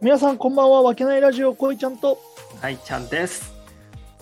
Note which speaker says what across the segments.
Speaker 1: 皆さんこんばんはわけないラジオこいちゃんと
Speaker 2: はい、ちゃんです。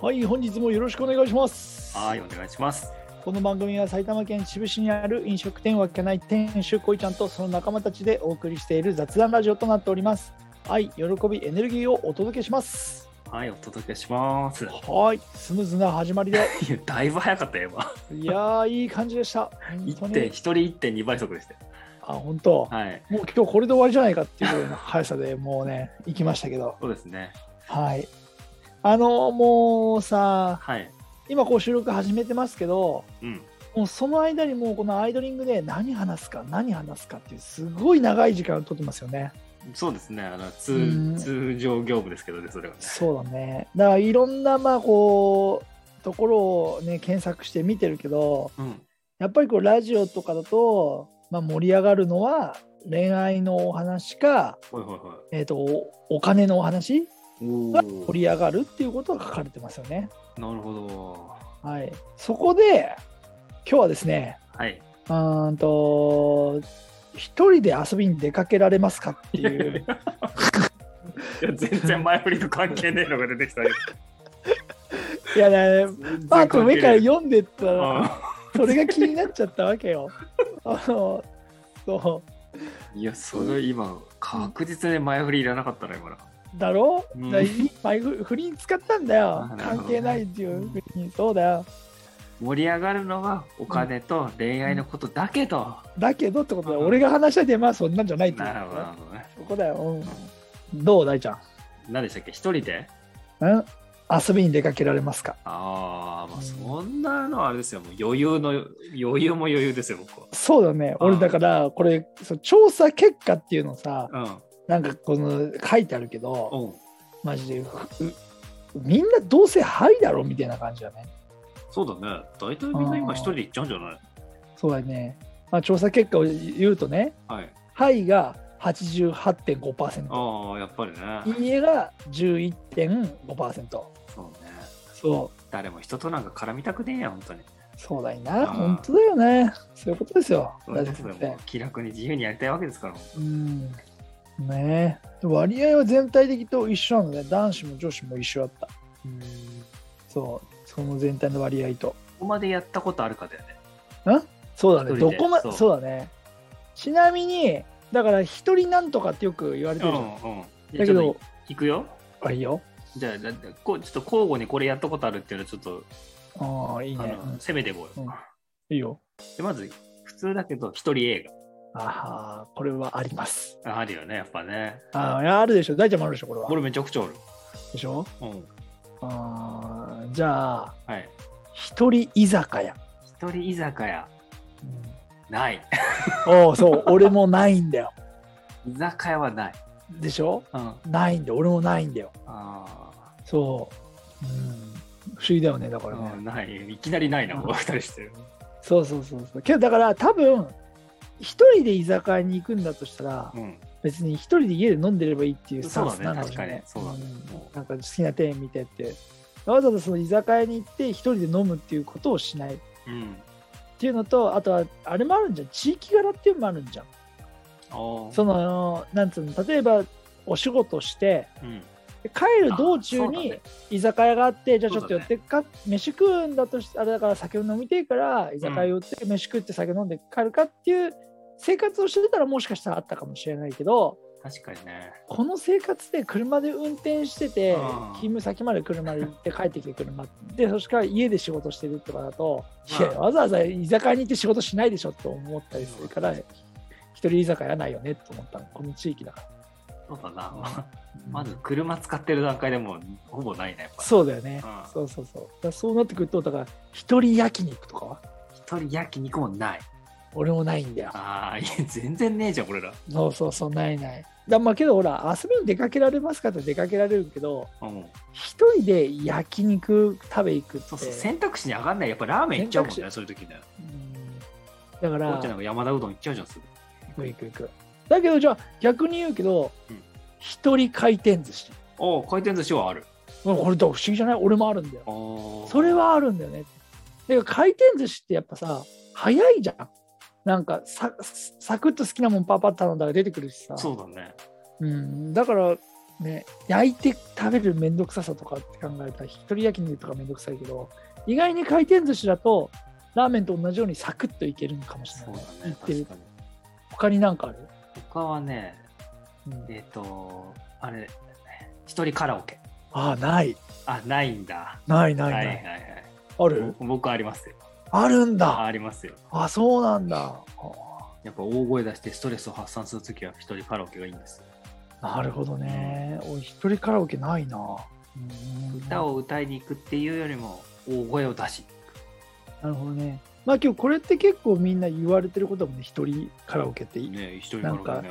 Speaker 1: はい本日もよろしくお願いします
Speaker 2: はい、お願いします。
Speaker 1: この番組は埼玉県秩父市にある飲食店わけない店主こいちゃんとその仲間たちでお送りしている雑談ラジオとなっております愛喜びエネルギーをお届けします
Speaker 2: はい、お届けします。い
Speaker 1: はいスムーズな始まり で
Speaker 2: や、だいぶ早かったよ、今。
Speaker 1: いやーいい感じでした本当
Speaker 2: 1
Speaker 1: に
Speaker 2: 点、一人1.2倍速でしたよ。
Speaker 1: あ本当、
Speaker 2: はい、
Speaker 1: もう今日これで終わりじゃないかっていうぐらいの速さでもうね行きましたけど
Speaker 2: そうですね。
Speaker 1: はいあのもうさ
Speaker 2: はい。
Speaker 1: 今こう収録始めてますけど
Speaker 2: うん。
Speaker 1: もうその間にもうこのアイドリングで何話すか何話すかっていうすごい長い時間を取ってますよね
Speaker 2: そうですね。あの
Speaker 1: うん
Speaker 2: 通通常業務ですけどね、それはね。
Speaker 1: そうだねだからいろんなまあこうところをね検索して見てるけど
Speaker 2: うん。
Speaker 1: やっぱりこうラジオとかだと、まあ、盛り上がるのは恋愛のお話か、
Speaker 2: ほいほいほい。
Speaker 1: えー、とお金のお話
Speaker 2: お
Speaker 1: が盛り上がるっていうことが書かれてますよね。
Speaker 2: なるほど。
Speaker 1: はい、そこで今日はですね
Speaker 2: はい。
Speaker 1: うーんと一人で遊びに出かけられますかって
Speaker 2: いや
Speaker 1: いう
Speaker 2: 全然前振りと関係ねえのが出てき たよ。
Speaker 1: いやねパート上から読んでった
Speaker 2: う
Speaker 1: ら
Speaker 2: ん
Speaker 1: それが気になっちゃったわけ よ。あのそ
Speaker 2: いや、それ今、確実に前振りいらなかったな、今の。
Speaker 1: うだろ、
Speaker 2: う
Speaker 1: うんだからいいフリに使ったんだよ
Speaker 2: あなるほど
Speaker 1: 関係ないっていうフリにそうだよ
Speaker 2: 盛り上がるのはお金と恋愛のことだけど。
Speaker 1: だけどってことで
Speaker 2: うん
Speaker 1: 俺が話したいテーマはそんなんじゃないっていう
Speaker 2: なるほどなるほどね。
Speaker 1: そこだよ、うん、どう大ちゃん
Speaker 2: 何でしたっけ一人で
Speaker 1: うん遊びに出かけられますか
Speaker 2: ああ、ま
Speaker 1: う
Speaker 2: あ
Speaker 1: ん
Speaker 2: そんなのあれですよ。もう余裕の、余裕も余裕ですよ、僕は。
Speaker 1: そうだね俺
Speaker 2: うん
Speaker 1: だからこれそう調査結果っていうのさ
Speaker 2: う
Speaker 1: なんかこの書いてあるけど
Speaker 2: ん。うん。
Speaker 1: マジでうみんなどうせはいだろみたいな感じだね
Speaker 2: そうだね。大体みんな今一人で行っちゃうんじゃない
Speaker 1: そうだね、まあ、調査結果を言うとね
Speaker 2: はい。
Speaker 1: はいが88.5%
Speaker 2: ああ、やっぱりね。
Speaker 1: いいえが11.5%
Speaker 2: そうね。
Speaker 1: そう
Speaker 2: 誰も人となんか絡みたくねえや、本当に。
Speaker 1: そうだいな
Speaker 2: あー
Speaker 1: 本当だよねそういうことですよ
Speaker 2: そうい
Speaker 1: 大
Speaker 2: う
Speaker 1: 丈
Speaker 2: こと
Speaker 1: 夫
Speaker 2: で
Speaker 1: って
Speaker 2: もう気楽に自由にやりたいわけですから。
Speaker 1: うんねえ割合は全体的と一緒なので男子も女子も一緒だった
Speaker 2: うん。
Speaker 1: そうその全体の割合と
Speaker 2: ここまでやったことあるかだよね。
Speaker 1: そうだね
Speaker 2: 一人
Speaker 1: ど
Speaker 2: で
Speaker 1: こま
Speaker 2: そう
Speaker 1: そうだねちなみにだから一人なんとかってよく言われてるじゃん、
Speaker 2: うんうん。
Speaker 1: だけど、
Speaker 2: 行くよ。
Speaker 1: あいいよ
Speaker 2: じゃあ、だこうちょっと交互にこれやったことあるっていうのをちょっと、
Speaker 1: ああいい
Speaker 2: あ
Speaker 1: ね、
Speaker 2: の
Speaker 1: うん
Speaker 2: 攻めていこうよ。
Speaker 1: うんいいよ
Speaker 2: でまず普通だけど一人映
Speaker 1: ああこれはあります
Speaker 2: 画あるよねやっぱね
Speaker 1: あーいやあるでしょ大ちゃんもあるでしょこれは
Speaker 2: これめちゃくちゃある
Speaker 1: でしょ
Speaker 2: うん
Speaker 1: あーじゃあ
Speaker 2: はい
Speaker 1: 一人居酒屋、
Speaker 2: 一人居酒屋ない
Speaker 1: おおそう俺もないんだよ
Speaker 2: 居酒屋はない
Speaker 1: でしょ
Speaker 2: うんあ
Speaker 1: ないんだよ俺もないんだよ
Speaker 2: あ
Speaker 1: そう、うん、不思議だよねだか
Speaker 2: ー、
Speaker 1: らね、
Speaker 2: うんないいきなりないな
Speaker 1: うん
Speaker 2: もう二人してる
Speaker 1: そうそうそうそうけどだから多分一人で居酒屋に行くんだとしたら
Speaker 2: うん
Speaker 1: 別に一人で家で飲んでればいいっていうスタンスなのかもしれない
Speaker 2: そうだね確かにそうだね
Speaker 1: うんなんか好きな店見てってわざわざその居酒屋に行って一人で飲むっていうことをしないっ
Speaker 2: うん
Speaker 1: ていうのとあとはあれもあるんじゃん地域柄っていうのもあるんじゃん
Speaker 2: ああ
Speaker 1: そのなんつうの例えばお仕事して
Speaker 2: うん
Speaker 1: で帰る道中に居酒屋があってじゃあちょっと寄ってっか、飯食うんだとしあれだから酒を飲みてえから居酒屋寄って飯食って酒飲んで帰るかっていう生活をしてたらもしかしたらあったかもしれないけど
Speaker 2: 確かにね
Speaker 1: この生活で車で運転してて
Speaker 2: うん
Speaker 1: 勤務先まで車で行って帰ってきて車でそしてから家で仕事してるとかだと
Speaker 2: うん
Speaker 1: いやわざわざ居酒屋に行って仕事しないでしょと思ったりするから
Speaker 2: うん
Speaker 1: 一人居酒屋ないよねと思ったのこの地域だから。
Speaker 2: そうだなま まず車使ってる段階でもうほぼないねやっぱ
Speaker 1: そうだよね、
Speaker 2: うん
Speaker 1: そうそうそうだからそうなってくるとだから一人焼肉とかは
Speaker 2: 一人焼肉もない
Speaker 1: 俺もないんだよ
Speaker 2: ああいや全然ねえじゃん俺ら
Speaker 1: そうそうそうないないだまあけどほら遊びに出かけられますかって出かけられるけど
Speaker 2: うん
Speaker 1: 一人で焼肉食べ行くって
Speaker 2: そうそう選択肢に上がんないやっぱラーメン行っちゃうもん
Speaker 1: 選
Speaker 2: ねそういう時ね
Speaker 1: うんだか
Speaker 2: こう
Speaker 1: ら
Speaker 2: ちゃんなんか山田うどん行っちゃうじゃんすぐ
Speaker 1: 行く行く行くだけどじゃあ逆に言うけど
Speaker 2: うん
Speaker 1: 一、人回転寿司
Speaker 2: お回転寿司はある。
Speaker 1: うんこれだ不思議じゃない俺もあるんだよそれはあるんだよね。で回転寿司ってやっぱさ早いじゃん。なんかさサクッと好きなもんパパッと頼んだら出てくるしさ
Speaker 2: そうだね。
Speaker 1: うん、だからね焼いて食べるめんどくささとかって考えたら一人焼肉とかめんどくさいけど意外に回転寿司だとラーメンと同じようにサクッといけるのかもしれ
Speaker 2: そ
Speaker 1: ない
Speaker 2: うだね、
Speaker 1: 行ってる
Speaker 2: 確かに。
Speaker 1: 他になんかある、
Speaker 2: 他はね、
Speaker 1: うん
Speaker 2: えっ、と、あれ、一人カラオケ。
Speaker 1: ああない
Speaker 2: あ、ないんだ。
Speaker 1: ないな
Speaker 2: はいい
Speaker 1: な、
Speaker 2: はいいはい。
Speaker 1: ある
Speaker 2: 僕僕ありますよ。
Speaker 1: あるん
Speaker 2: あ
Speaker 1: だ
Speaker 2: ありますよ。
Speaker 1: あそうなんだ
Speaker 2: やっぱ大声出してストレスを発散するときは一人カラオケがいいんですよ。
Speaker 1: あなるほどね俺一人カラオケないな、うん
Speaker 2: 歌を歌いに行くっていうよりも大声を出しに行く。
Speaker 1: なるほどねまあ今日これって結構みんな言われてることだもんね一人カラオケって
Speaker 2: ね、一人カラオケ
Speaker 1: なん
Speaker 2: ね。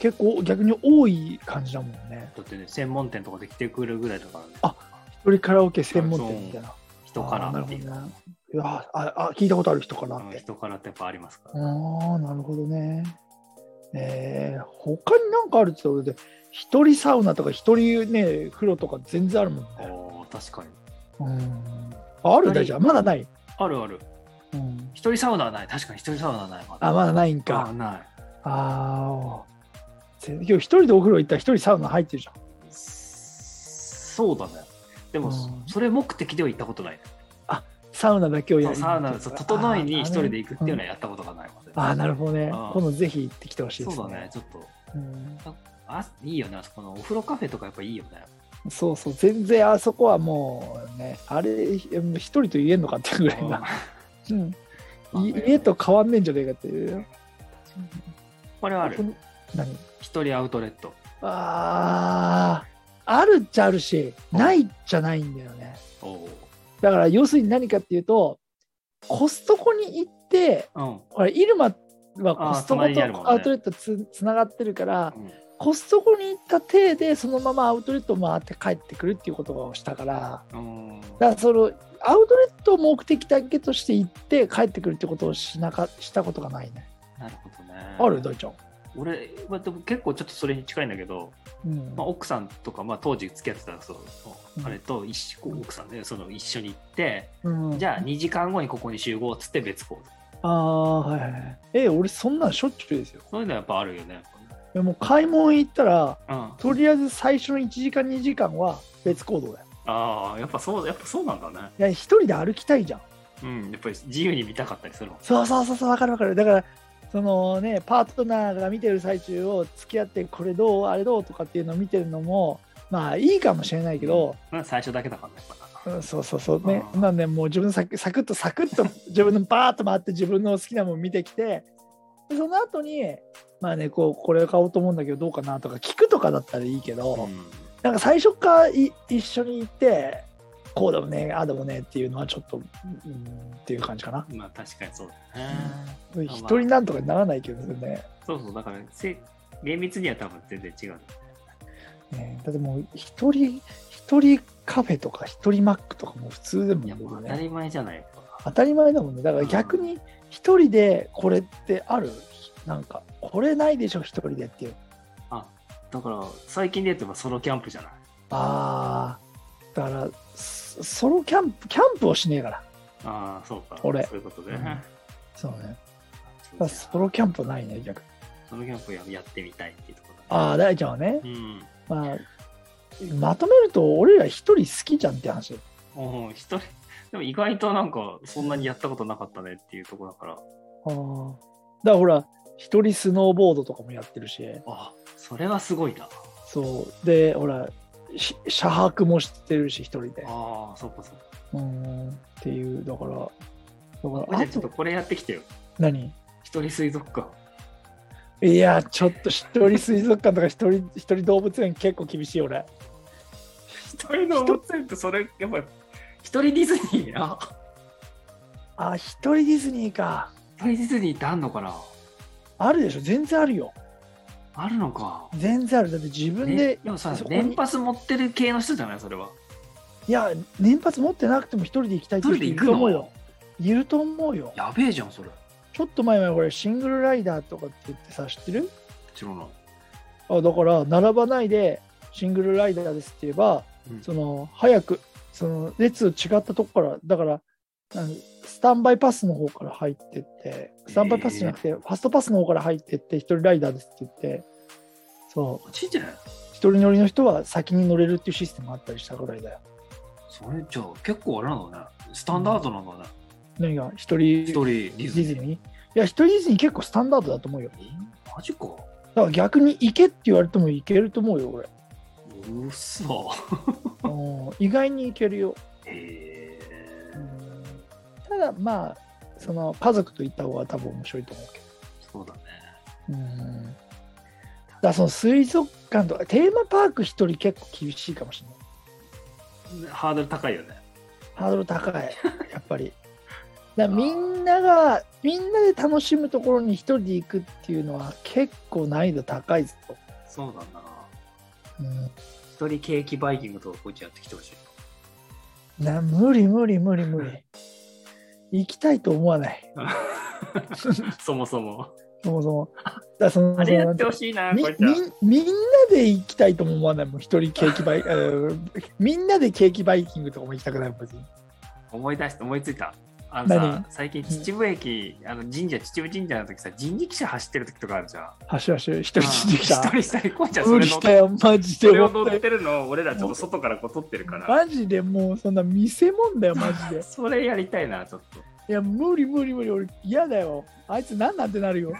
Speaker 1: 結構逆に多い感じだもんね
Speaker 2: だってね、専門店とかで来てくるぐらいだからね。
Speaker 1: あ一人カラオケ専門店みたいな
Speaker 2: 人から
Speaker 1: あーなる
Speaker 2: っ
Speaker 1: ほ
Speaker 2: て
Speaker 1: ど
Speaker 2: いう。
Speaker 1: ねいやーああ聞いたことある人から
Speaker 2: う
Speaker 1: っ
Speaker 2: ん
Speaker 1: て
Speaker 2: 人からってやっぱありますか
Speaker 1: あ
Speaker 2: ら。
Speaker 1: あなるほどねえー、他になんかあるって言ったら俺で一人サウナとか一人ね風呂とか全然あるもんね
Speaker 2: おー確かに。
Speaker 1: うんああるんだじゃあまだない、
Speaker 2: あるある。
Speaker 1: うん、
Speaker 2: 一人サウナはない。確かに一人サウナはない。まだ
Speaker 1: あまだないん
Speaker 2: あ
Speaker 1: か
Speaker 2: ない。
Speaker 1: ああ今日一人でお風呂行ったら一人サウナ入ってるじゃん
Speaker 2: そうだね。でも、
Speaker 1: うん
Speaker 2: それ目的では行ったことない、
Speaker 1: サウナだけをやる
Speaker 2: サウナ、そう整いに一人で行くっていうのはやったことがないので、
Speaker 1: あーなるほどね
Speaker 2: あー
Speaker 1: 今度ぜひ行ってきてほしいです
Speaker 2: そうだね、ちょっと。
Speaker 1: うん
Speaker 2: あいいよね、あそこのお風呂カフェとかやっぱいいよね。
Speaker 1: そうそう全然あそこはもうねあれひ一人と言えんのかっていうぐらいな、うん、
Speaker 2: うん
Speaker 1: い家と変わんねえんじゃねえかっていう
Speaker 2: これはある
Speaker 1: こ。の何
Speaker 2: 一人アウトレット。
Speaker 1: あーあるっちゃあるしないじゃないんだよね
Speaker 2: おう
Speaker 1: だから要するに何かっていうとコストコに行って
Speaker 2: うん。
Speaker 1: これイルマはコスト
Speaker 2: あー
Speaker 1: コ
Speaker 2: 隣にあるもんね
Speaker 1: とアウトレットつつながってるから
Speaker 2: うん
Speaker 1: コストコに行った体でそのままアウトレットを回って帰ってくるっていうことをしたから
Speaker 2: うん
Speaker 1: だからそのアウトレットを目的だけとして行って帰ってくるってことをしなかしたことがないね。
Speaker 2: なるほどね。
Speaker 1: ある大ちゃん。
Speaker 2: 俺、まあ、でも結構ちょっとそれに近いんだけど、
Speaker 1: うん
Speaker 2: まあ、奥さんとか、まあ、当時付き合ってたそう
Speaker 1: うん
Speaker 2: あれと一緒奥さんでその一緒に行って、
Speaker 1: うん
Speaker 2: じゃあ2時間後にここに集合っつって別行動
Speaker 1: ああーはいはいはい。え俺そんなんしょっちゅうですよ。
Speaker 2: そういうのはやっぱあるよね。
Speaker 1: いやもう買い物行ったら
Speaker 2: うん、あ
Speaker 1: とりあえず最初の1時間2時間は別行動だよ。
Speaker 2: あやっぱそうやっぱそうなんだね。
Speaker 1: いや一人で歩きたいじゃん。
Speaker 2: うんやっぱり自由に見たかったりするもん。
Speaker 1: そうそうそうそう分かる分かるだからそのねパートナーが見てる最中を付き合ってこれどうあれどうとかっていうのを見てるのもまあいいかもしれないけど、
Speaker 2: まあ最初だけだからね。やっぱ
Speaker 1: うんそうそうそうね
Speaker 2: うん
Speaker 1: なんでもう自分サクサクッとサクッと自分のバーッと回って自分の好きなもの見てきてでその後にまあねこうこれを買おうと思うんだけどどうかなとか聞くとかだったらいいけど、
Speaker 2: うん
Speaker 1: なんか最初からい一緒に行ってこうでもねああでもねっていうのはちょっとうんっていう感じかな。
Speaker 2: まあ確かにそうだね。
Speaker 1: うん一人なんとかならないけどね。
Speaker 2: そうそうだからせ厳密には多分全然違う。
Speaker 1: ねだってもう一人一人カフェとか一人マックとかも普通で
Speaker 2: いやも
Speaker 1: も
Speaker 2: う
Speaker 1: ん
Speaker 2: 当た
Speaker 1: ね
Speaker 2: り前じゃないやっ
Speaker 1: 当たり前だもんねだから逆に一人でこれってあるなんかこれないでしょ一人でっていう
Speaker 2: ぱあだから最近で言えばソロキャンプじゃない。
Speaker 1: あーだからそソロキャンプキャンプをしねえから
Speaker 2: ああそうか。
Speaker 1: 俺
Speaker 2: そういうことで。
Speaker 1: うん
Speaker 2: ね
Speaker 1: そうねだからソロキャンプないね逆に
Speaker 2: ソロキャンプややってみたいっていうところだね。
Speaker 1: ああ大ちゃんはね
Speaker 2: う、ん。
Speaker 1: まあ、まとめると俺ら一人好きじゃんって話
Speaker 2: おお、一人、でも意外となんか、そんなにやったことなかったねっていうところだから、
Speaker 1: あーだからほら一人スノーボードとかもやってるし
Speaker 2: あそれはすごいな。
Speaker 1: そうでほらし車泊もしてるし一人で
Speaker 2: ああ、そっかそっか。
Speaker 1: うーんっていうだからだから
Speaker 2: じゃ
Speaker 1: あ
Speaker 2: あちょっと
Speaker 1: と
Speaker 2: これやってきてよ。
Speaker 1: 何
Speaker 2: 一人水族館。
Speaker 1: いやちょっと一人水族館とか一人一人動物園結構厳しい俺
Speaker 2: 一人の動物園ってそれ、やっぱり、一人ディズニーあ
Speaker 1: あ一人ディズニーか
Speaker 2: 一人ディズニーってあんのかな
Speaker 1: あるでしょ全然あるよ
Speaker 2: あるのか。
Speaker 1: 全然あるだって自分
Speaker 2: ね
Speaker 1: で、
Speaker 2: でもさ
Speaker 1: そ、こに
Speaker 2: 年パス持ってる系の人じゃないそれは。
Speaker 1: いや年発持ってなくても一人で行きたいって
Speaker 2: 一
Speaker 1: いう
Speaker 2: 人
Speaker 1: 人
Speaker 2: で
Speaker 1: いる
Speaker 2: 行く
Speaker 1: と思う
Speaker 2: の
Speaker 1: よいると思うよ
Speaker 2: やべえじゃん、それ。
Speaker 1: ちょっと前はこれシングルライダーとかって言ってさ知ってる
Speaker 2: 知らない。
Speaker 1: あだから並ばないでシングルライダーですって言えば
Speaker 2: うん
Speaker 1: その早くその列違ったとこからだからあのスタンバイパスの方から入ってってスタンバイパスじゃなくて、ファストパスの方から入ってって一人ライダーですって言ってそう
Speaker 2: マジで
Speaker 1: 一人乗りの人は先に乗れるっていうシステムがあったりしたぐらいだよ
Speaker 2: それじゃあ結構あれなんだね。スタンダードなんだね。
Speaker 1: 何が一
Speaker 2: 一
Speaker 1: 人
Speaker 2: 人ディ
Speaker 1: ディ
Speaker 2: ズニ
Speaker 1: ズ
Speaker 2: ー。
Speaker 1: ニーいや一人ディズニー結構スタンダードだと思うよ
Speaker 2: えマジ
Speaker 1: だ
Speaker 2: か。
Speaker 1: から逆に行けって言われても行けると思うよ 俺
Speaker 2: うそ。
Speaker 1: うん意外に行けるよ
Speaker 2: へ
Speaker 1: う
Speaker 2: え。
Speaker 1: んただまあその家族と行った方が多分面白いと思うけど
Speaker 2: そうだね。
Speaker 1: うんだからその水族館とかテーマパーク一人結構厳しいかもしれない
Speaker 2: ハードル高いよね。
Speaker 1: ハードル高 いやっぱりだからみんながみんなで楽しむところに一人で行くっていうのは結構難易度高いぞ、
Speaker 2: そうだな。
Speaker 1: うん
Speaker 2: 一人ケーキバイキングとかこっちやってきてほしい。
Speaker 1: な無理無理無理無理行きたいと思わない
Speaker 2: そもそも。
Speaker 1: そもそもだからその
Speaker 2: あれや
Speaker 1: そ
Speaker 2: っ
Speaker 1: の
Speaker 2: てほしいな、
Speaker 1: み
Speaker 2: こいつは。
Speaker 1: みみんなで行きたいとも思わないもん一人ケーキ バイえーみんなでケーキバイキングとかも行きたくないもん別に
Speaker 2: 思い出した、思いついた。あのさ
Speaker 1: 何、
Speaker 2: 最近秩父駅、あの神社、秩父神社の時さ、人力車走ってる時とかあるじゃん。
Speaker 1: 走る走る一人で来た
Speaker 2: うん一人一人、こいちゃんそ
Speaker 1: 無
Speaker 2: れ
Speaker 1: 理
Speaker 2: 乗
Speaker 1: し
Speaker 2: ったて。
Speaker 1: よマジ
Speaker 2: そ
Speaker 1: で
Speaker 2: れを乗ってるのを俺らちょっと外からこう撮ってるから。
Speaker 1: マジでもうそんな見せ物だよマジ で
Speaker 2: それやりたいな、ちょっと。
Speaker 1: いや無理無理無理俺嫌だよあいつ何なんてな るよ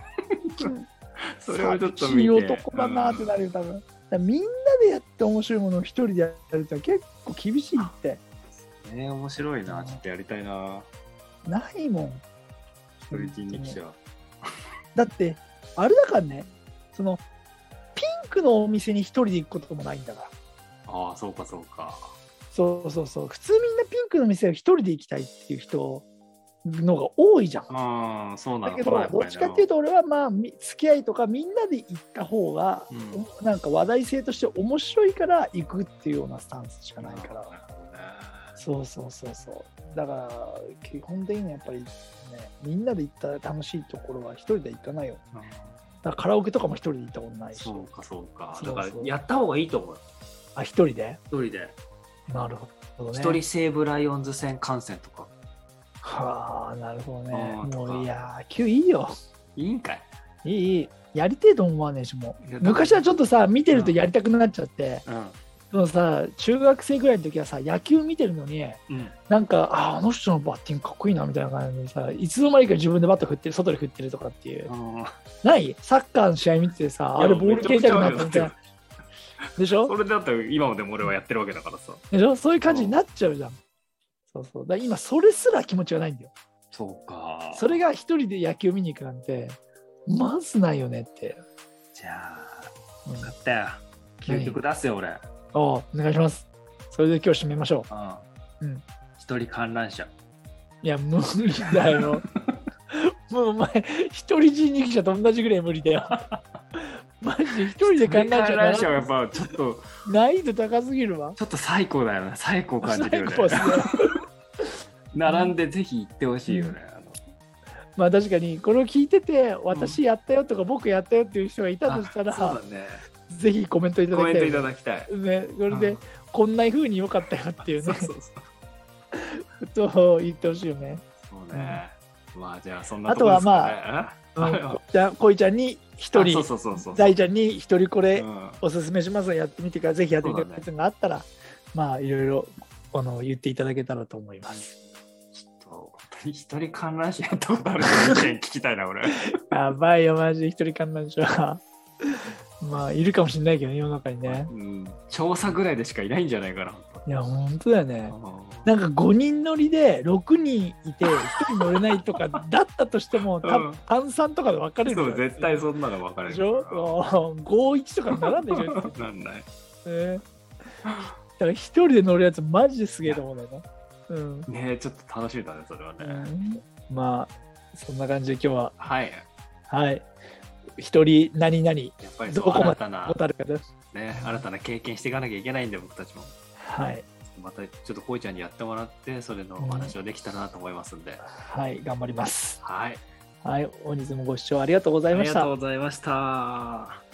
Speaker 2: それをちょっと
Speaker 1: 寂し
Speaker 2: 見
Speaker 1: い
Speaker 2: て。
Speaker 1: 男だなってなるよ多分、だからみんなでやって面白いものを一人でやるって結構厳しいって
Speaker 2: うんねえ面白いな。ちょっとやりたいな。
Speaker 1: ないもん
Speaker 2: 一人人力車。
Speaker 1: だってあれだからねそのピンクのお店に一人で行くこともないんだから
Speaker 2: ああ、そうか、そうか。
Speaker 1: そうそうそう普通みんなピンクの店を一人で行きたいっていう人のが多いじゃん
Speaker 2: うん、そうな
Speaker 1: だ
Speaker 2: の
Speaker 1: け
Speaker 2: かな。
Speaker 1: ど
Speaker 2: やぱ
Speaker 1: ど
Speaker 2: りな
Speaker 1: っちかっていうと俺はまあみ付き合いとかみんなで行った方が、
Speaker 2: う
Speaker 1: なんか話題性として面白いから行くっていうようなスタンスしかないから、
Speaker 2: なるほどね
Speaker 1: そうそうそうそうだから基本的にはやっぱりねみんなで行ったら楽しいところは一人で行かないよ
Speaker 2: うん
Speaker 1: だからカラオケとかも一人で行ったことないし
Speaker 2: そうか、そうか。
Speaker 1: そうそ
Speaker 2: だ
Speaker 1: う
Speaker 2: から、やった方がいいと思う。
Speaker 1: あ一人で
Speaker 2: 一人で。
Speaker 1: なるほどね
Speaker 2: 一人西武ライオンズ戦観戦とか。
Speaker 1: はあなるほどね
Speaker 2: うんとか
Speaker 1: もういやー球いいよ
Speaker 2: いいんかい
Speaker 1: いいいいやりてえと思わねえしも
Speaker 2: いや
Speaker 1: う昔はちょっとさ見てるとやりたくなっちゃって、
Speaker 2: うん。
Speaker 1: でもさ中学生ぐらいの時はさ野球見てるのに
Speaker 2: うん。
Speaker 1: なんかあーあの人のバッティングかっこいいなみたいな感じでさいつの間にか自分でバット振ってる外で振ってるとかっていう、
Speaker 2: うん
Speaker 1: ないサッカーの試合見ててさあれボール蹴りたくなったみたいなでし
Speaker 2: そ
Speaker 1: ょ
Speaker 2: れだったら今までも俺はやってるわけだからさ。
Speaker 1: でしょそういう感じになっちゃうじゃんそうそうだから今それすら気持ちがないんだよ
Speaker 2: そうか。
Speaker 1: それが一人で野球見に行くなんてまずないよねって、
Speaker 2: じゃあ、
Speaker 1: うん、
Speaker 2: 分かったよ。究極出すよ、俺。うん。
Speaker 1: おうお願いしますそれで今日締めましょうん
Speaker 2: 一人観覧車。
Speaker 1: ういや無理だ よもうお前一人人力車と同じぐらい無理だよマジで一人で観覧車
Speaker 2: 一人観
Speaker 1: な
Speaker 2: 覧
Speaker 1: ら
Speaker 2: 車はやっぱちょっと、
Speaker 1: 難易度高すぎるわ
Speaker 2: ちょっと最高だよね。最高感じるよね
Speaker 1: 最。高っすね
Speaker 2: 並んでぜひ行ってほしいよね。あの
Speaker 1: まあ確かにこれを聞いてて私やったよとか僕やったよっていう人がいたとしたら、
Speaker 2: あそうだね。
Speaker 1: ぜひコメントいただ
Speaker 2: コメ
Speaker 1: き
Speaker 2: ン
Speaker 1: た
Speaker 2: ト
Speaker 1: い
Speaker 2: いただきたい。
Speaker 1: ね、それで、
Speaker 2: うん
Speaker 1: こんな風に良かったよっていう
Speaker 2: そ
Speaker 1: ね
Speaker 2: うそうそう。
Speaker 1: ことを言ってほしいよね。
Speaker 2: そうね。まあじゃあそんな
Speaker 1: あとは
Speaker 2: こですかね
Speaker 1: うんじゃあこいちゃんに一
Speaker 2: あそう
Speaker 1: 人
Speaker 2: そうそうそう。
Speaker 1: 大ちゃんに一人これ
Speaker 2: うん
Speaker 1: おすすめしますのでやってみてからぜひやってみてくださいっていうのがあったら、まあいろいろあの言っていただけたらと思います。
Speaker 2: ちょっと本当に一人観覧車やったことある人の意見聞きたいな俺。
Speaker 1: やばいよマジで一人観覧車は。 まあいるかもしれないけどね世の中にね。
Speaker 2: うん調査ぐらいでしかいないんじゃないかな。
Speaker 1: いや本当だよね。
Speaker 2: う
Speaker 1: なんか5人乗りで6人いて1人乗れないとかだったとしても、た
Speaker 2: うん
Speaker 1: 炭酸とかで分かれ
Speaker 2: ん
Speaker 1: る
Speaker 2: そう
Speaker 1: から
Speaker 2: 絶対そんなの分かれ
Speaker 1: で
Speaker 2: る
Speaker 1: しょ
Speaker 2: か
Speaker 1: もう51とかにならんでしょ、ね、
Speaker 2: ら。なんない。
Speaker 1: だから1人で乗るやつマジですげえと思うんだよね、うん
Speaker 2: ねえちょっと楽しみだねそれは
Speaker 1: う
Speaker 2: ね。
Speaker 1: ん、まあそんな感じで今日は
Speaker 2: はい。
Speaker 1: はい一人何々
Speaker 2: やっぱり
Speaker 1: ど
Speaker 2: そ
Speaker 1: こ
Speaker 2: う
Speaker 1: まで
Speaker 2: 新たな
Speaker 1: 小樽からです
Speaker 2: ね新たな経験していかなきゃいけないんで僕たちも。
Speaker 1: はい
Speaker 2: またちょっとこいちゃんにやってもらってそれのお話をできたらなと思いますんで。
Speaker 1: はい頑張ります
Speaker 2: はい。
Speaker 1: はい本日もご視聴ありがとうござ
Speaker 2: あ
Speaker 1: いま
Speaker 2: り
Speaker 1: し
Speaker 2: が
Speaker 1: た
Speaker 2: とうございました。